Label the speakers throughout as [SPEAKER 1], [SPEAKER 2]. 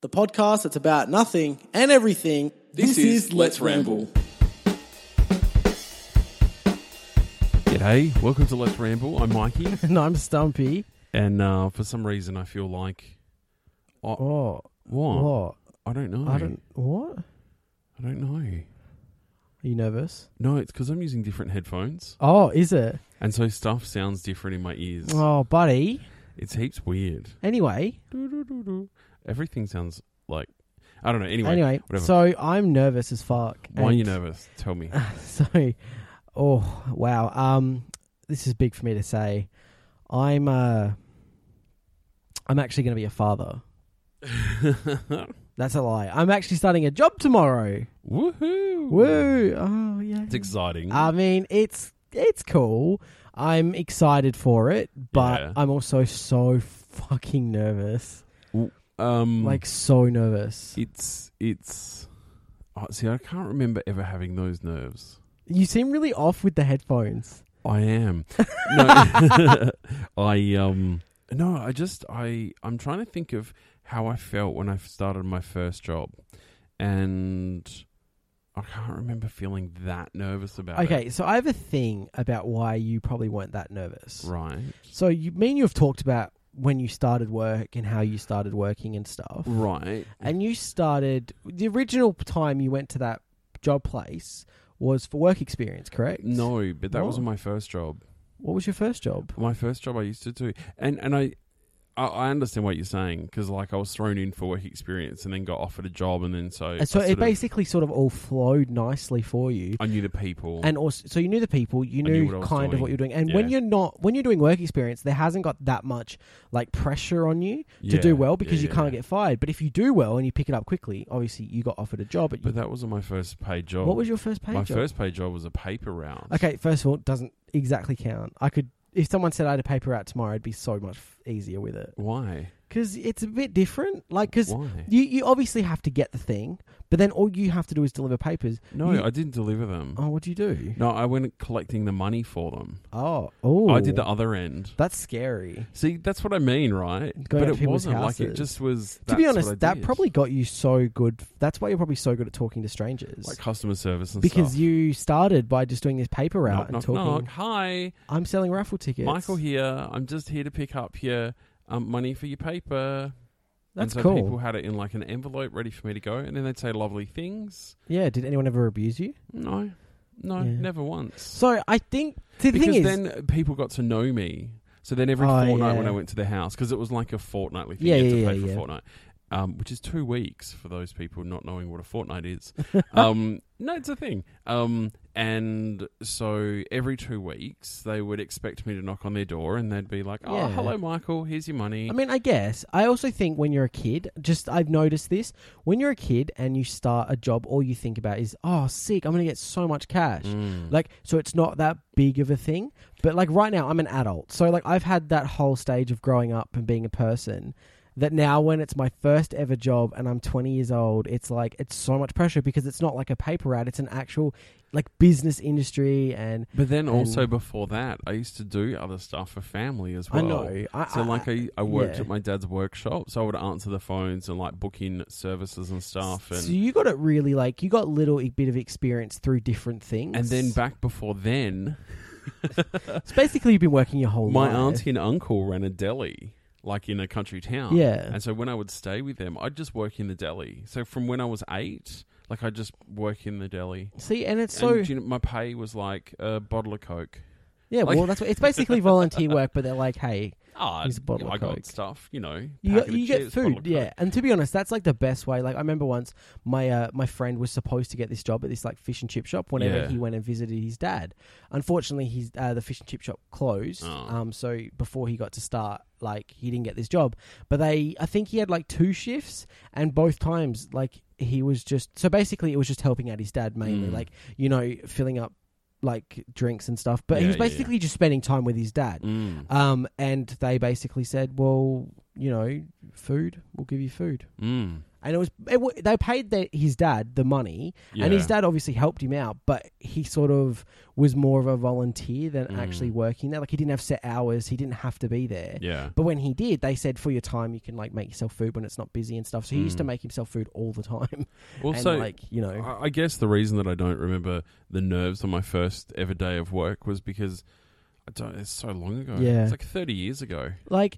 [SPEAKER 1] the podcast that's about nothing and everything.
[SPEAKER 2] This is Let's Ramble.
[SPEAKER 3] G'day, welcome to Let's Ramble. I'm Mikey,
[SPEAKER 4] and I'm Stumpy.
[SPEAKER 3] and uh, for some reason I feel like
[SPEAKER 4] Oh,
[SPEAKER 3] what?
[SPEAKER 4] what?
[SPEAKER 3] I don't know.
[SPEAKER 4] I don't. What? Are
[SPEAKER 3] I don't know.
[SPEAKER 4] you nervous?
[SPEAKER 3] No, it's because I'm using different headphones,
[SPEAKER 4] Oh, is it?
[SPEAKER 3] and so stuff sounds different in my ears.
[SPEAKER 4] Oh, buddy.
[SPEAKER 3] It's heaps weird.
[SPEAKER 4] Anyway,
[SPEAKER 3] Doo-doo-doo-doo. Everything sounds like I don't know. Anyway,
[SPEAKER 4] anyway.
[SPEAKER 3] whatever.
[SPEAKER 4] So I'm nervous as fuck.
[SPEAKER 3] why are
[SPEAKER 4] and-
[SPEAKER 3] you nervous? Tell me.
[SPEAKER 4] So, oh wow. Um, this is big for me to say. I'm uh, I'm actually going to be a father. That's a lie. I'm actually starting a job tomorrow.
[SPEAKER 3] Woohoo!
[SPEAKER 4] Woo! Uh, Oh yeah.
[SPEAKER 3] It's exciting.
[SPEAKER 4] I mean, it's it's cool. I'm excited for it, but
[SPEAKER 3] Yeah.
[SPEAKER 4] I'm also so fucking nervous.
[SPEAKER 3] um,
[SPEAKER 4] Like so nervous.
[SPEAKER 3] it's it's. Oh, see, I can't remember ever having those nerves.
[SPEAKER 4] You seem really off with the headphones.
[SPEAKER 3] I am. No, I um no, I just I I'm trying to think of how I felt when I started my first job, and I can't remember feeling that nervous about it.
[SPEAKER 4] Okay, so I have a thing about why you probably weren't that nervous.
[SPEAKER 3] right,
[SPEAKER 4] So you mean you've talked about when you started work and how you started working and stuff.
[SPEAKER 3] right,
[SPEAKER 4] And you started the original time you went to that job place was for work experience, correct?
[SPEAKER 3] no, but that wasn't
[SPEAKER 4] What?
[SPEAKER 3] my first job.
[SPEAKER 4] What was your first job?
[SPEAKER 3] My first job I used to do, and and I. I- I understand what you're saying because, like, I was thrown in for work experience and then got offered a job, and then so
[SPEAKER 4] And so
[SPEAKER 3] I
[SPEAKER 4] it
[SPEAKER 3] sort of-
[SPEAKER 4] basically sort of all flowed nicely for you.
[SPEAKER 3] I knew the people,
[SPEAKER 4] And also, so you knew the people, you
[SPEAKER 3] I knew
[SPEAKER 4] knew,
[SPEAKER 3] what I was
[SPEAKER 4] kind of what
[SPEAKER 3] doing.
[SPEAKER 4] you're doing. And when
[SPEAKER 3] Yeah.
[SPEAKER 4] you're not, when you're doing work experience, there hasn't got that much like pressure on you to
[SPEAKER 3] Yeah,
[SPEAKER 4] do well because
[SPEAKER 3] yeah,
[SPEAKER 4] you can't
[SPEAKER 3] yeah.
[SPEAKER 4] get fired. But if you do well and you pick it up quickly, obviously you got offered a job. But, you,
[SPEAKER 3] But that wasn't my first paid job.
[SPEAKER 4] what was your first paid
[SPEAKER 3] my
[SPEAKER 4] job?
[SPEAKER 3] first paid job was a paper round.
[SPEAKER 4] okay, first of all, it doesn't exactly count. I could, if someone said I had a paper out tomorrow, it'd be so much f- easier with it
[SPEAKER 3] Why?
[SPEAKER 4] because it's a bit different. Like because
[SPEAKER 3] Why?
[SPEAKER 4] you you obviously have to get the thing, but then all you have to do is deliver papers.
[SPEAKER 3] No,
[SPEAKER 4] you-
[SPEAKER 3] I didn't deliver them.
[SPEAKER 4] Oh, what do you do?
[SPEAKER 3] No, I went collecting the money for them.
[SPEAKER 4] Oh, oh,
[SPEAKER 3] I did the other end.
[SPEAKER 4] That's scary.
[SPEAKER 3] See, that's what I mean, right?
[SPEAKER 4] Going
[SPEAKER 3] but
[SPEAKER 4] to
[SPEAKER 3] it
[SPEAKER 4] people's
[SPEAKER 3] wasn't like it
[SPEAKER 4] houses.
[SPEAKER 3] just was.
[SPEAKER 4] to be
[SPEAKER 3] that's what I
[SPEAKER 4] honest, that
[SPEAKER 3] did.
[SPEAKER 4] probably got you so good. That's why you're probably so good at talking to strangers.
[SPEAKER 3] like customer service and
[SPEAKER 4] because
[SPEAKER 3] stuff.
[SPEAKER 4] you started by just doing this paper route
[SPEAKER 3] knock,
[SPEAKER 4] and
[SPEAKER 3] knock,
[SPEAKER 4] talking.
[SPEAKER 3] knock. Hi,
[SPEAKER 4] I'm selling raffle tickets.
[SPEAKER 3] Michael here. I'm just here to pick up your um, money for your paper.
[SPEAKER 4] That's
[SPEAKER 3] and so
[SPEAKER 4] cool.
[SPEAKER 3] People had it in like an envelope ready for me to go, and then they'd say lovely things.
[SPEAKER 4] Yeah. Did anyone ever abuse you?
[SPEAKER 3] No, no,
[SPEAKER 4] Yeah.
[SPEAKER 3] never once.
[SPEAKER 4] So I think see, the
[SPEAKER 3] because
[SPEAKER 4] thing is,
[SPEAKER 3] then people got to know me. So then every
[SPEAKER 4] Oh,
[SPEAKER 3] fortnight
[SPEAKER 4] yeah.
[SPEAKER 3] when I went to the house, because it was like a fortnightly thing,
[SPEAKER 4] Yeah,
[SPEAKER 3] you had to
[SPEAKER 4] yeah,
[SPEAKER 3] play
[SPEAKER 4] yeah,
[SPEAKER 3] for a
[SPEAKER 4] yeah.
[SPEAKER 3] fortnight, um, which is two weeks for those people not knowing what a fortnight is. um, no, it's a thing. Um, and so every two weeks, they would expect me to knock on their door and they'd be like, oh,
[SPEAKER 4] Yeah.
[SPEAKER 3] hello, Michael, here's your money.
[SPEAKER 4] I mean, I guess I also think when you're a kid, just I've noticed this when you're a kid and you start a job, all you think about is, oh, sick, I'm gonna get so much cash.
[SPEAKER 3] Mm.
[SPEAKER 4] Like, so it's not that big of a thing. But like right now, I'm an adult. So like I've had that whole stage of growing up and being a person that now when it's my first ever job and I'm 20 years old, it's like it's so much pressure because it's not like a paper route. It's an actual like business industry and
[SPEAKER 3] but then also
[SPEAKER 4] and-
[SPEAKER 3] before that, I used to do other stuff for family as well.
[SPEAKER 4] I know. I,
[SPEAKER 3] So like I, I worked
[SPEAKER 4] Ah, yeah.
[SPEAKER 3] at my dad's workshop, so I would answer the phones and like book in services and stuff. And
[SPEAKER 4] So you got it really like you got little e- bit of experience through different things,
[SPEAKER 3] And then back before then,
[SPEAKER 4] it's basically you've been working your whole
[SPEAKER 3] my
[SPEAKER 4] life.
[SPEAKER 3] auntie and uncle ran a deli, like in a country town.
[SPEAKER 4] Yeah.
[SPEAKER 3] And so when I would stay with them, I'd just work in the deli. So from when I was eight, like I just work in the deli.
[SPEAKER 4] See, and it's so
[SPEAKER 3] So you know, my pay was like a bottle of Coke.
[SPEAKER 4] yeah.
[SPEAKER 3] like-
[SPEAKER 4] well, that's what it's basically volunteer work, but they're like, hey,
[SPEAKER 3] Ah,
[SPEAKER 4] Here's a bottle
[SPEAKER 3] I
[SPEAKER 4] of
[SPEAKER 3] got
[SPEAKER 4] Coke.
[SPEAKER 3] stuff, you know.
[SPEAKER 4] you,
[SPEAKER 3] packet
[SPEAKER 4] got,
[SPEAKER 3] of
[SPEAKER 4] you get
[SPEAKER 3] chips, bottle
[SPEAKER 4] food,
[SPEAKER 3] of
[SPEAKER 4] yeah.
[SPEAKER 3] Coke.
[SPEAKER 4] And to be honest, that's like the best way. Like I remember once my uh, my friend was supposed to get this job at this like fish and chip shop whenever
[SPEAKER 3] Yeah.
[SPEAKER 4] he went and visited his dad. Unfortunately, his uh, the fish and chip shop closed.
[SPEAKER 3] Oh.
[SPEAKER 4] Um, so before he got to start, like he didn't get this job. But they, I think he had like two shifts, and both times like he was just so basically it was just helping out his dad mainly,
[SPEAKER 3] Mm.
[SPEAKER 4] like you know filling up like drinks and stuff. But he
[SPEAKER 3] Yeah,
[SPEAKER 4] was
[SPEAKER 3] yeah, yeah.
[SPEAKER 4] basically just spending time with his dad.
[SPEAKER 3] Mm,
[SPEAKER 4] Um, and they basically said, well, you know, food, we'll give you food.
[SPEAKER 3] mm.
[SPEAKER 4] and it was it, wa- they paid their, his dad the money, and his
[SPEAKER 3] Yeah.
[SPEAKER 4] dad obviously helped him out, but he sort of was more of a volunteer than
[SPEAKER 3] Mm.
[SPEAKER 4] actually working there. Like he didn't have set hours, he didn't have to be there.
[SPEAKER 3] Yeah.
[SPEAKER 4] But when he did, they said for your time you can like make yourself food when it's not busy and stuff. So he used to
[SPEAKER 3] Mm.
[SPEAKER 4] make himself food all the time.
[SPEAKER 3] Also,
[SPEAKER 4] and like you know,
[SPEAKER 3] I I guess the reason that I don't remember the nerves on my first ever day of work was because I don't. It's so long ago.
[SPEAKER 4] Yeah.
[SPEAKER 3] it's like thirty years ago.
[SPEAKER 4] like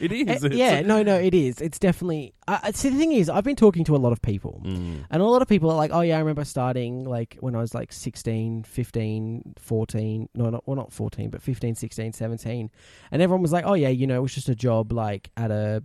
[SPEAKER 3] It is.
[SPEAKER 4] Eh,
[SPEAKER 3] it's-
[SPEAKER 4] yeah, no, no, it is. It's definitely. I I- see, the thing is, I've been talking to a lot of people,
[SPEAKER 3] Mm.
[SPEAKER 4] and a lot of people are like, oh, yeah, I remember starting like when I was like 16, 15, 14. No, not, well, not 14, but 15, 16, 17. And everyone was like, oh, yeah, you know, it was just a job like at a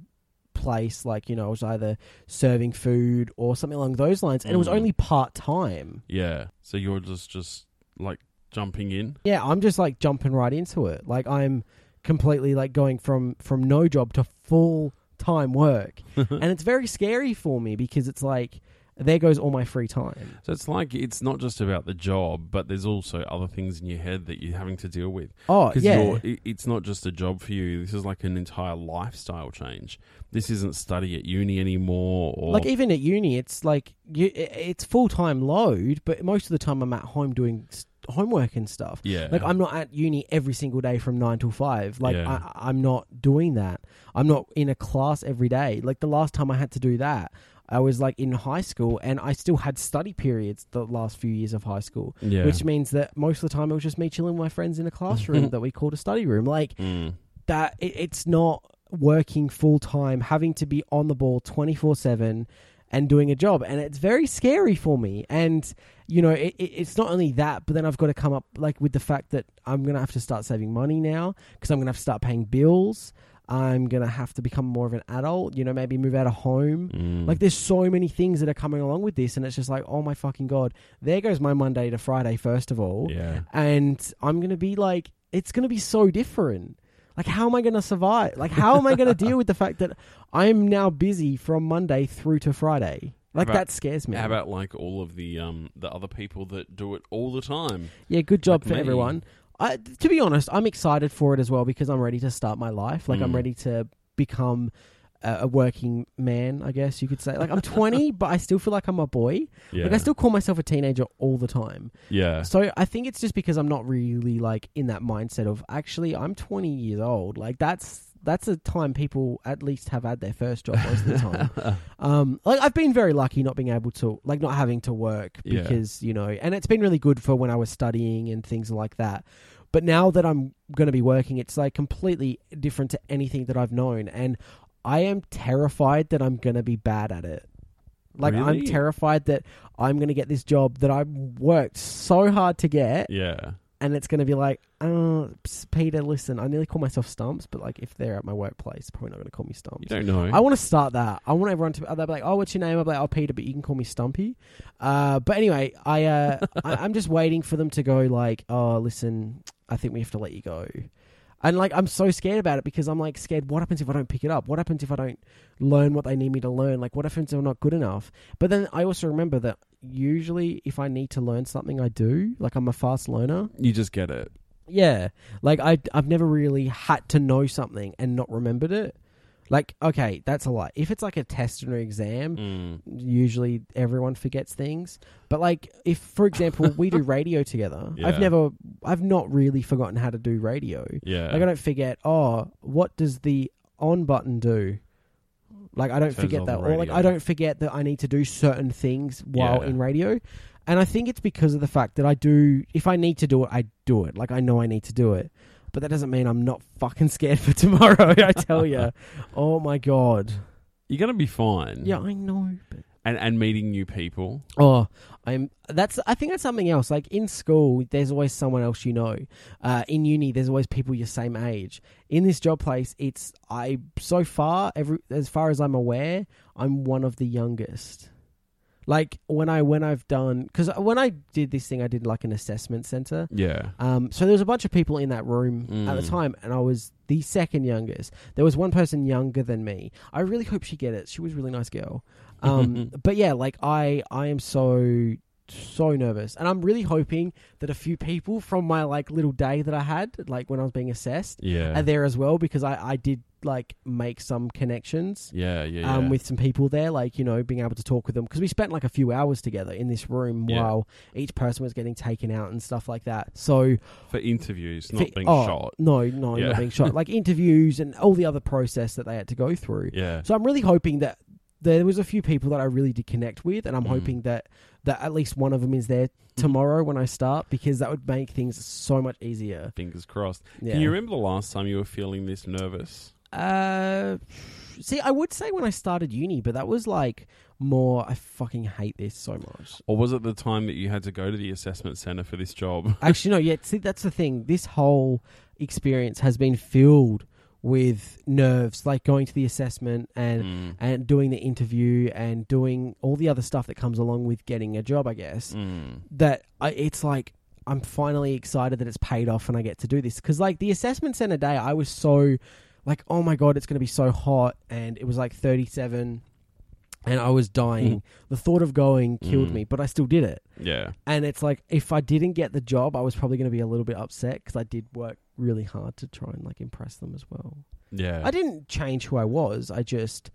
[SPEAKER 4] place, like, you know, I was either serving food or something along those lines. And it was
[SPEAKER 3] Mm.
[SPEAKER 4] only part time.
[SPEAKER 3] Yeah. So you're just just like jumping in.
[SPEAKER 4] Yeah, I'm just like jumping right into it. Like, I'm completely like going from from no job to full time work. and it's very scary for me because it's like there goes all my free time.
[SPEAKER 3] So it's like it's not just about the job, but there's also other things in your head that you're having to deal with.
[SPEAKER 4] Oh
[SPEAKER 3] Because
[SPEAKER 4] yeah,
[SPEAKER 3] you're, it- it's not just a job for you. This is like an entire lifestyle change. This isn't study at uni anymore. Or
[SPEAKER 4] like even at uni, it's like you, i- it's full time load, but most of the time I'm at home doing s- homework and stuff.
[SPEAKER 3] yeah,
[SPEAKER 4] Like I'm not at uni every single day from nine till five. Like
[SPEAKER 3] Yeah.
[SPEAKER 4] I, I'm not doing that. I'm not in a class every day. Like the last time I had to do that, I was like in high school, and I still had study periods the last few years of high school.
[SPEAKER 3] yeah.
[SPEAKER 4] Which means that most of the time it was just me chilling with my friends in a classroom that we called a study room. Like
[SPEAKER 3] Mm.
[SPEAKER 4] that it, it's not working full time, having to be on the ball 24 7 and doing a job. And it's very scary for me. And, you know, it, it, it's not only that, but then I've got to come up like with the fact that I'm going to have to start saving money now because I'm going to have to start paying bills. I'm going to have to become more of an adult, you know, maybe move out of home.
[SPEAKER 3] Mm.
[SPEAKER 4] Like there's so many things that are coming along with this. And it's just like, oh my fucking God, there goes my Monday to Friday, first of all
[SPEAKER 3] yeah.
[SPEAKER 4] and I'm gonna be like, it's gonna be so different. Like, how am I gonna survive? Like, how am I gonna deal with the fact that I'm now busy from Monday through to Friday? Like
[SPEAKER 3] How about-
[SPEAKER 4] that scares me.
[SPEAKER 3] How about like all of the um the other people that do it all the time?
[SPEAKER 4] yeah, good job
[SPEAKER 3] like
[SPEAKER 4] for
[SPEAKER 3] me?
[SPEAKER 4] everyone. I, to be honest, I'm excited for it as well because I'm ready to start my life. Like, I'm
[SPEAKER 3] Mm.
[SPEAKER 4] ready to become a, a working man. I guess you could say. Like, I'm 20, but I still feel like I'm a boy.
[SPEAKER 3] Yeah,
[SPEAKER 4] Like, I still call myself a teenager all the time.
[SPEAKER 3] yeah,
[SPEAKER 4] So I think it's just because I'm not really like in that mindset of actually I'm 20 years old. Like that's that's a time people at least have had their first job most of the time. um, like I've been very lucky not being able to like not having to work
[SPEAKER 3] Yeah.
[SPEAKER 4] because you know, and it's been really good for when I was studying and things like that. But now that I'm going to be working, it's like completely different to anything that I've known, and I am terrified that I'm going to be bad at it. Like I'm
[SPEAKER 3] Really?
[SPEAKER 4] terrified that I'm going to get this job that I worked so hard to get,
[SPEAKER 3] yeah.
[SPEAKER 4] and it's going to be like, oh, s- Peter, listen, I nearly call myself Stumps, but like if they're at my workplace, probably not going to call me Stumps.
[SPEAKER 3] You don't know.
[SPEAKER 4] I want to start that. I want everyone to. They'll be like, "Oh, what's your name?" I'll be like, "Oh, Peter," but you can call me Stumpy. Uh, but anyway, I, uh, I I'm just waiting for them to go like, "Oh, listen, I think we have to let you go." And like, I'm so scared about it because I'm like scared. What happens if I don't pick it up? What happens if I don't learn what they need me to learn? Like, what happens if I'm not good enough? But then I also remember that usually if I need to learn something, I do. Like, I'm a fast learner.
[SPEAKER 3] you just get it.
[SPEAKER 4] Yeah. Like I I've never really had to know something and not remembered it. Like okay, that's a lie. If it's like a test or an exam,
[SPEAKER 3] Mm.
[SPEAKER 4] usually everyone forgets things. But like if for example we do radio together, I've
[SPEAKER 3] Yeah.
[SPEAKER 4] never I've not really forgotten how to do radio.
[SPEAKER 3] Yeah.
[SPEAKER 4] Like I don't forget, oh, what does the on button do? Like I don't
[SPEAKER 3] Turns
[SPEAKER 4] forget
[SPEAKER 3] on
[SPEAKER 4] that.
[SPEAKER 3] the
[SPEAKER 4] Or like
[SPEAKER 3] radio.
[SPEAKER 4] I don't forget that I need to do certain things while
[SPEAKER 3] Yeah.
[SPEAKER 4] in radio. And I think it's because of the fact that I do if I need to do it, I do it. Like I know I need to do it. But that doesn't mean I'm not fucking scared for tomorrow, I tell you. Oh my god.
[SPEAKER 3] You're gonna be fine.
[SPEAKER 4] Yeah, I know. But
[SPEAKER 3] And and meeting new people.
[SPEAKER 4] Oh, I'm. That's. I think that's something else. Like in school, there's always someone else you know. Uh, in uni, there's always people your same age. In this job place, it's I. So far, every as far as I'm aware, I'm one of the youngest. Like when I when I've done because when I did this thing, I did like an assessment center.
[SPEAKER 3] Yeah.
[SPEAKER 4] Um, so there was a bunch of people in that room at the
[SPEAKER 3] Mm.
[SPEAKER 4] time, and I was the second youngest. There was one person younger than me. I really hope she get it. She was a really nice girl. Um, but yeah, like I, I am so so nervous, and I'm really hoping that a few people from my like little day that I had, like when I was being assessed,
[SPEAKER 3] Yeah.
[SPEAKER 4] are there as well because I, I did like make some connections
[SPEAKER 3] Yeah, yeah, yeah.
[SPEAKER 4] um, with some people there, like you know, being able to talk with them because we spent like a few hours together in this room
[SPEAKER 3] Yeah.
[SPEAKER 4] while each person was getting taken out and stuff like that. So
[SPEAKER 3] For interviews, not
[SPEAKER 4] Fi-
[SPEAKER 3] being
[SPEAKER 4] oh,
[SPEAKER 3] shot.
[SPEAKER 4] No, no,
[SPEAKER 3] Yeah.
[SPEAKER 4] not being shot. Like interviews and all the other process that they had to go through.
[SPEAKER 3] Yeah.
[SPEAKER 4] So I'm really hoping that there was a few people that I really did connect with, and I'm
[SPEAKER 3] Mm.
[SPEAKER 4] hoping that that at least one of them is there tomorrow when I start because that would make things so much easier.
[SPEAKER 3] Fingers crossed.
[SPEAKER 4] Yeah.
[SPEAKER 3] Can you remember the last time you were feeling this nervous?
[SPEAKER 4] Uh, see, I would say when I started uni, but that was like more. I fucking hate this so much.
[SPEAKER 3] Or was it the time that you had to go to the assessment center for this job?
[SPEAKER 4] Actually, no. Yeah, see, that's the thing. This whole experience has been filled with nerves, like going to the assessment and
[SPEAKER 3] Mm.
[SPEAKER 4] and doing the interview and doing all the other stuff that comes along with getting a job, I guess.
[SPEAKER 3] Mm.
[SPEAKER 4] That I, it's like I'm finally excited that it's paid off and I get to do this because like the assessment center day, I was so like, oh my god, it's going to be so hot, and it was like 37, and I was dying. The thought of going killed
[SPEAKER 3] Mm-hmm. Mm.
[SPEAKER 4] me, but I still did it.
[SPEAKER 3] Yeah.
[SPEAKER 4] And it's like if I didn't get the job, I was probably going to be a little bit upset because I did work really hard to try and like impress them as well.
[SPEAKER 3] Yeah.
[SPEAKER 4] I didn't change who I was. I just,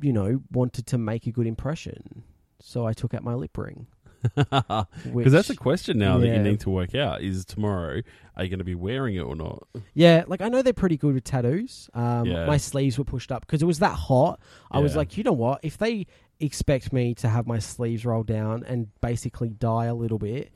[SPEAKER 4] you know, wanted to make a good impression. So I took out my lip ring.
[SPEAKER 3] Because
[SPEAKER 4] Because
[SPEAKER 3] that's a question now that you
[SPEAKER 4] Yeah.
[SPEAKER 3] need to work out is tomorrow, are you going to be wearing it or not?
[SPEAKER 4] yeah, like I know they're pretty good with tattoos. Um,
[SPEAKER 3] Yeah.
[SPEAKER 4] My sleeves were pushed up because it was that hot. I was
[SPEAKER 3] Yeah.
[SPEAKER 4] like, you know what? If they expect me to have my sleeves rolled down and basically die a little bit,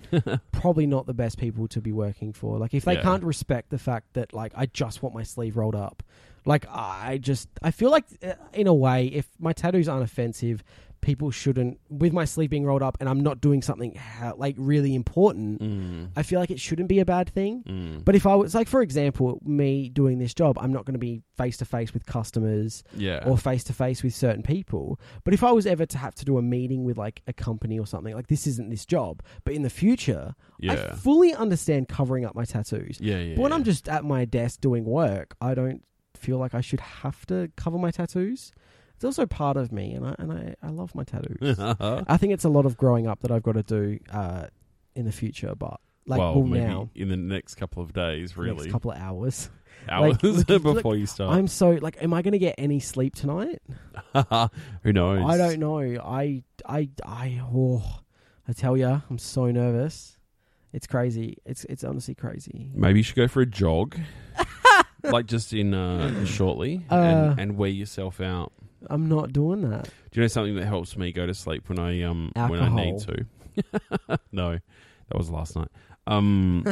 [SPEAKER 4] probably not the best people to be working for. Like if they
[SPEAKER 3] Yeah.
[SPEAKER 4] can't respect the fact that like I just want my sleeve rolled up, like I just I feel like uh, in a way if my tattoos aren't offensive, people shouldn't with my sleeve being rolled up and I'm not doing something ha- like really important.
[SPEAKER 3] Mm.
[SPEAKER 4] I feel like it shouldn't be a bad thing.
[SPEAKER 3] Mm.
[SPEAKER 4] But if I was like for example me doing this job, I'm not going to be face to face with customers
[SPEAKER 3] Yeah.
[SPEAKER 4] or face to face with certain people. But if I was ever to have to do a meeting with like a company or something, like this isn't this job, but in the future,
[SPEAKER 3] yeah.
[SPEAKER 4] I fully understand covering up my tattoos.
[SPEAKER 3] yeah. Yeah.
[SPEAKER 4] But when I'm
[SPEAKER 3] yeah.
[SPEAKER 4] just at my desk doing work, I don't feel like I should have to cover my tattoos. It's also part of me, and I and I, I love my tattoos. I think it's a lot of growing up that I've got to do uh, in the future, but like
[SPEAKER 3] well,
[SPEAKER 4] well
[SPEAKER 3] maybe
[SPEAKER 4] now,
[SPEAKER 3] in the next couple of days, really. Uh,
[SPEAKER 4] next couple of hours. like,
[SPEAKER 3] hours
[SPEAKER 4] look-
[SPEAKER 3] before
[SPEAKER 4] look,
[SPEAKER 3] you start.
[SPEAKER 4] I'm so like, am I going to get any sleep tonight?
[SPEAKER 3] Who knows?
[SPEAKER 4] I don't know. I I I oh, I tell you, I'm so nervous. It's crazy. It's it's honestly crazy.
[SPEAKER 3] Maybe you should go for a jog, like just in uh, shortly,
[SPEAKER 4] Uh.
[SPEAKER 3] and, and wear yourself out.
[SPEAKER 4] I'm not doing that.
[SPEAKER 3] Do you know something that helps me go to sleep when I um when I need
[SPEAKER 4] Alcohol.
[SPEAKER 3] to? no, that was last night. Um,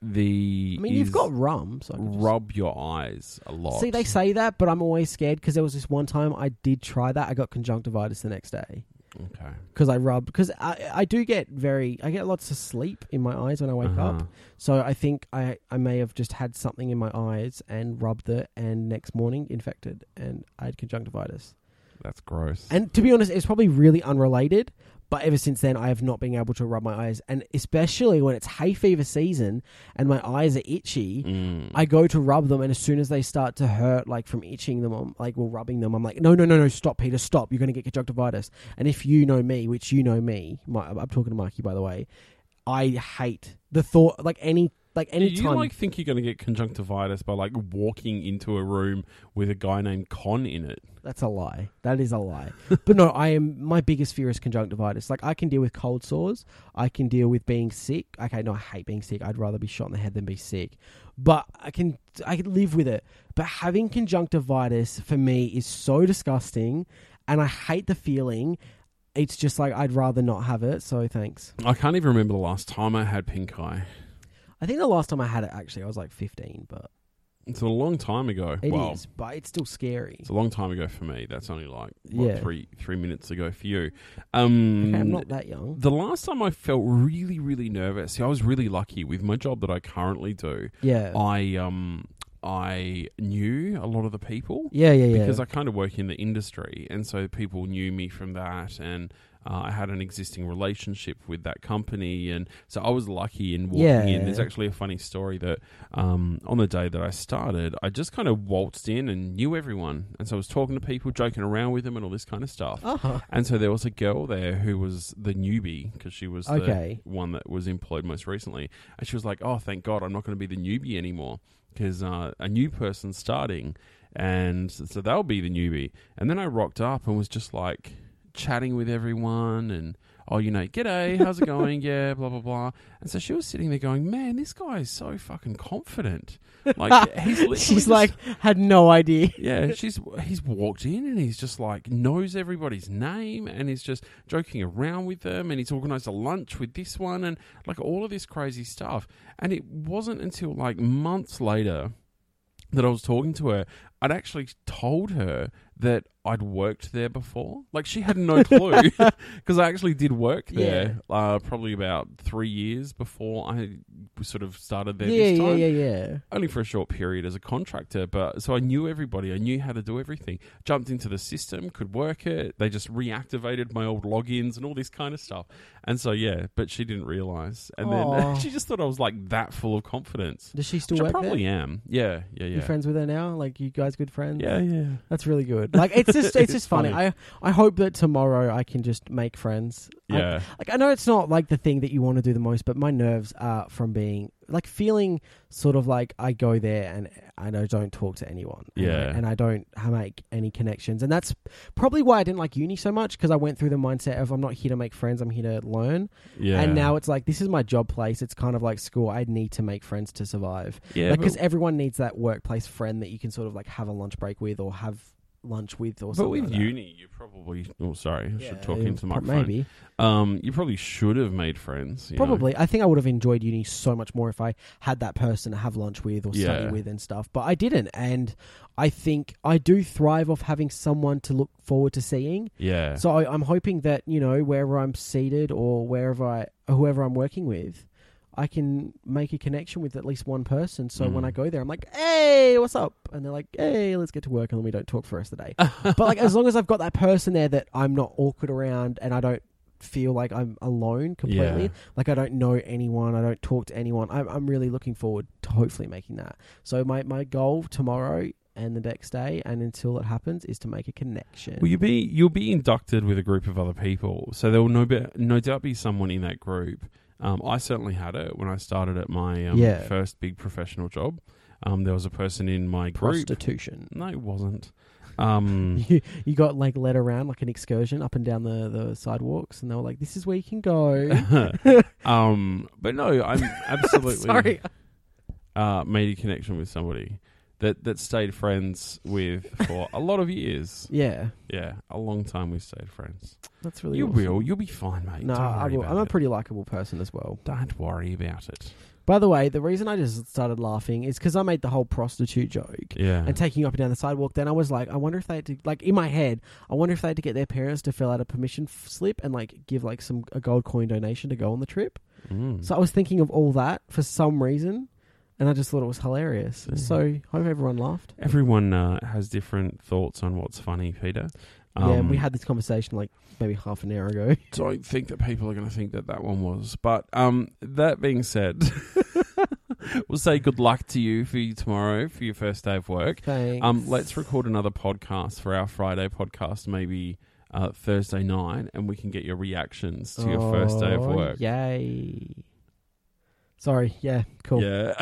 [SPEAKER 3] the
[SPEAKER 4] I mean,
[SPEAKER 3] is
[SPEAKER 4] you've got rum, so I can just-
[SPEAKER 3] rub your eyes a lot.
[SPEAKER 4] See, they say that, but I'm always scared because there was this one time I did try that. I got conjunctivitis the next day
[SPEAKER 3] okay.
[SPEAKER 4] because I rubbed because I I do get very I get lots of sleep in my eyes when I wake
[SPEAKER 3] Uh-huh.
[SPEAKER 4] up. So I think I I may have just had something in my eyes and rubbed it, and next morning infected, and I had conjunctivitis.
[SPEAKER 3] That's gross.
[SPEAKER 4] And to be honest, it's probably really unrelated. But ever since then, I have not been able to rub my eyes, and especially when it's hay fever season and my eyes are itchy,
[SPEAKER 3] Mm.
[SPEAKER 4] I go to rub them, and as soon as they start to hurt, like from itching them, I'm like, well, rubbing them, I'm like, no, no, no, no, stop, Peter, stop. You're going to get conjunctivitis. And if you know me, which you know me, my, I'm talking to Mikey, by the way, I hate the thought, like any, like any
[SPEAKER 3] you
[SPEAKER 4] time.
[SPEAKER 3] like think you're going to get conjunctivitis by like walking into a room with a guy named Con in it?
[SPEAKER 4] That's a lie. That is a lie. but no, I am. My biggest fear is conjunctivitis. Like I can deal with cold sores. I can deal with being sick. Okay, no, I hate being sick. I'd rather be shot in the head than be sick. But I can. I can live with it. But having conjunctivitis for me is so disgusting, and I hate the feeling. It's just like I'd rather not have it. So thanks.
[SPEAKER 3] I can't even remember the last time I had pink eye.
[SPEAKER 4] I think the last time I had it actually, I was like 15, but
[SPEAKER 3] It's a long time ago.
[SPEAKER 4] it is.
[SPEAKER 3] wow.
[SPEAKER 4] But it's still scary.
[SPEAKER 3] It's a long time ago for me. That's only like what,
[SPEAKER 4] Yeah.
[SPEAKER 3] three three minutes ago for you. Um,
[SPEAKER 4] Okay, I'm not that young.
[SPEAKER 3] The last time I felt really really nervous, see, I was really lucky with my job that I currently do.
[SPEAKER 4] Yeah.
[SPEAKER 3] I um I knew a lot of the people
[SPEAKER 4] yeah. Yeah. Yeah.
[SPEAKER 3] because I kind of work in the industry, and so people knew me from that, and uh, I had an existing relationship with that company, and so I was lucky in walking in.
[SPEAKER 4] Yeah.
[SPEAKER 3] There's actually a funny story that um, on the day that I started, I just kind of waltzed in and knew everyone, and so I was talking to people, joking around with them, and all this kind of stuff.
[SPEAKER 4] Uh-huh.
[SPEAKER 3] And so there was a girl there who was the newbie because she was the
[SPEAKER 4] Okay.
[SPEAKER 3] one that was employed most recently. And she was like, Oh, thank God, I'm not going to be the newbie anymore because uh, a new person starting And so so that'll be the newbie. And then I rocked up and was just like chatting with everyone and oh, you know, g'day, how's it going? yeah, blah blah blah. And so she was sitting there going, Man, this guy is so fucking confident. Like he's literally
[SPEAKER 4] She's
[SPEAKER 3] just-
[SPEAKER 4] like, had no idea.
[SPEAKER 3] yeah, she's he's walked in and he's just like knows everybody's name and he's just joking around with them and he's organized a lunch with this one and like all of this crazy stuff. And it wasn't until like months later that I was talking to her, I'd actually told her that I'd worked there before. Like she had no clue because I actually did work there uh, probably about three years before I sort of started there.
[SPEAKER 4] yeah,
[SPEAKER 3] this
[SPEAKER 4] yeah,
[SPEAKER 3] time
[SPEAKER 4] yeah, yeah.
[SPEAKER 3] only for a short period as a contractor, but so I knew everybody. I knew how to do everything. Jumped into the system, could work it. They just reactivated my old logins and all this kind of stuff. And so yeah, but she didn't realize, and
[SPEAKER 4] Aw.
[SPEAKER 3] then she just thought I was like that full of confidence.
[SPEAKER 4] Does she still
[SPEAKER 3] Which I
[SPEAKER 4] work there?
[SPEAKER 3] probably am. Yeah, yeah,
[SPEAKER 4] You
[SPEAKER 3] yeah.
[SPEAKER 4] friends with her now? Like you guys good friends?
[SPEAKER 3] yeah, yeah.
[SPEAKER 4] That's really good. Like it's just it's just funny.
[SPEAKER 3] Funny.
[SPEAKER 4] I I hope that tomorrow I can just make friends. I-
[SPEAKER 3] Yeah.
[SPEAKER 4] like I know it's not like the thing that you want to do the most, but my nerves are from being like feeling sort of like I go there and I know don't talk to anyone. And I-
[SPEAKER 3] Yeah.
[SPEAKER 4] and I don't ha- make any connections, and that's probably why I didn't like uni so much because I went through the mindset of I'm not here to make friends, I'm here to learn.
[SPEAKER 3] yeah.
[SPEAKER 4] And now it's like this is my job place. It's kind of like school. I need to make friends to survive.
[SPEAKER 3] yeah,
[SPEAKER 4] Like 'cause
[SPEAKER 3] but,
[SPEAKER 4] because everyone needs that workplace friend that you can sort of like have a lunch break with or have lunch with or
[SPEAKER 3] but
[SPEAKER 4] something.
[SPEAKER 3] with
[SPEAKER 4] like that.
[SPEAKER 3] uni, you probably. Oh, sorry, I should talk
[SPEAKER 4] Yeah,
[SPEAKER 3] into the
[SPEAKER 4] prob-
[SPEAKER 3] microphone.
[SPEAKER 4] Maybe,
[SPEAKER 3] Um, you probably should have made friends. you know?
[SPEAKER 4] probably. I think I would have enjoyed uni so much more if I had that person to have lunch with or
[SPEAKER 3] Yeah.
[SPEAKER 4] study with and stuff. But I didn't, and I think I do thrive off having someone to look forward to seeing.
[SPEAKER 3] Yeah.
[SPEAKER 4] So I, I'm hoping that you know wherever I'm seated or wherever I, whoever I'm working with. I can make a connection with at least one person, so when
[SPEAKER 3] Mm.
[SPEAKER 4] I go there, I'm like, "Hey, what's up?" And they're like, "Hey, let's get to work," and then we don't talk for the rest of the day. but like as long as I've got that person there that I'm not awkward around and I don't feel like I'm alone completely,
[SPEAKER 3] Yeah.
[SPEAKER 4] like I don't know anyone, I don't talk to anyone, I'm, I'm really looking forward to hopefully making that. So my, my goal tomorrow and the next day and until it happens is to make a connection.
[SPEAKER 3] Well, you be you'll be inducted with a group of other people, so there will no be, no doubt be someone in that group. Um, I certainly had it when I started at my um,
[SPEAKER 4] Yeah.
[SPEAKER 3] first big professional job. Um, there was a person in my group.
[SPEAKER 4] Prostitution.
[SPEAKER 3] no, it wasn't. Um,
[SPEAKER 4] You, you got like led around like an excursion up and down the, the sidewalks and they were like, This is where you can go.
[SPEAKER 3] um, but no, I'm absolutely
[SPEAKER 4] Sorry.
[SPEAKER 3] uh, made a connection with somebody that that stayed friends with for a lot of years.
[SPEAKER 4] Yeah.
[SPEAKER 3] Yeah, a long time we stayed friends.
[SPEAKER 4] That's really
[SPEAKER 3] you
[SPEAKER 4] awesome.
[SPEAKER 3] will, you'll be fine, mate.
[SPEAKER 4] No,
[SPEAKER 3] Don't
[SPEAKER 4] I
[SPEAKER 3] worry
[SPEAKER 4] will.
[SPEAKER 3] about
[SPEAKER 4] I'm a
[SPEAKER 3] it.
[SPEAKER 4] pretty likable person as well.
[SPEAKER 3] Don't worry about it.
[SPEAKER 4] By the way, the reason I just started laughing is because I made the whole prostitute joke
[SPEAKER 3] Yeah.
[SPEAKER 4] and taking you up and down the sidewalk. Then I was like, I wonder if they had to, like, in my head, I wonder if they had to get their parents to fill out a permission f- slip and, like, give, like, some a gold coin donation to go on the trip.
[SPEAKER 3] Mm.
[SPEAKER 4] So I was thinking of all that for some reason, and I just thought it was hilarious.
[SPEAKER 3] Mhm.
[SPEAKER 4] So hope everyone laughed.
[SPEAKER 3] Everyone uh, has different thoughts on what's funny, Peter.
[SPEAKER 4] yeah,
[SPEAKER 3] Um,
[SPEAKER 4] and we had this conversation, like, maybe half an hour ago.
[SPEAKER 3] Don't think that people are going to think that that one was. But um, that being said, we'll say good luck to you for you tomorrow for your first day of work.
[SPEAKER 4] Thanks.
[SPEAKER 3] Um, let's record another podcast for our Friday podcast, maybe uh, Thursday night, and we can get your reactions to your first day of
[SPEAKER 4] Oh,
[SPEAKER 3] work.
[SPEAKER 4] Yay. Sorry. Yeah, cool.
[SPEAKER 3] Yeah,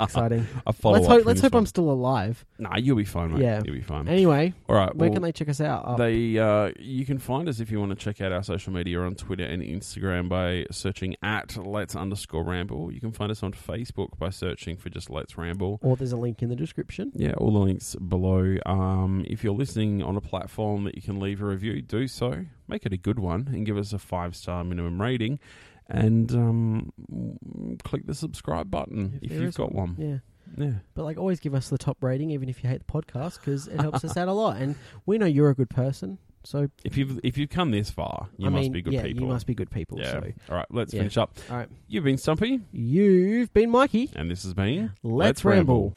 [SPEAKER 4] Exciting.
[SPEAKER 3] a follow
[SPEAKER 4] let's
[SPEAKER 3] up.
[SPEAKER 4] hope, let's hope I'm still alive.
[SPEAKER 3] Nah, you'll be fine, mate.
[SPEAKER 4] Yeah.
[SPEAKER 3] you'll be fine.
[SPEAKER 4] Anyway,
[SPEAKER 3] All right.
[SPEAKER 4] where
[SPEAKER 3] Um, well-
[SPEAKER 4] can they check us out? Oh,
[SPEAKER 3] They, uh, you can find us if you want to check out our social media on Twitter and Instagram by searching at Let's underscore Ramble. You can find us on Facebook by searching for just Let's Ramble.
[SPEAKER 4] or there's a link in the description.
[SPEAKER 3] Yeah, all the links below. Um, if you're listening on a platform that you can leave a review, do so. Make it a good one and give us a five star minimum rating. And um, mm, click the subscribe button
[SPEAKER 4] If
[SPEAKER 3] if,
[SPEAKER 4] there
[SPEAKER 3] you've
[SPEAKER 4] is
[SPEAKER 3] got one.
[SPEAKER 4] Yeah.
[SPEAKER 3] Yeah.
[SPEAKER 4] But like always give us the top rating even if you hate the podcast because it helps us out a lot and we know you're a good person. So
[SPEAKER 3] If you've if you've come this far, you
[SPEAKER 4] I
[SPEAKER 3] must
[SPEAKER 4] mean,
[SPEAKER 3] be good
[SPEAKER 4] yeah,
[SPEAKER 3] people.
[SPEAKER 4] you must be good people.
[SPEAKER 3] yeah.
[SPEAKER 4] So
[SPEAKER 3] All right, let's
[SPEAKER 4] Yeah.
[SPEAKER 3] finish up.
[SPEAKER 4] all right.
[SPEAKER 3] You've been Stumpy,
[SPEAKER 4] You've been Mikey.
[SPEAKER 3] and this has been
[SPEAKER 4] Let's, ramble.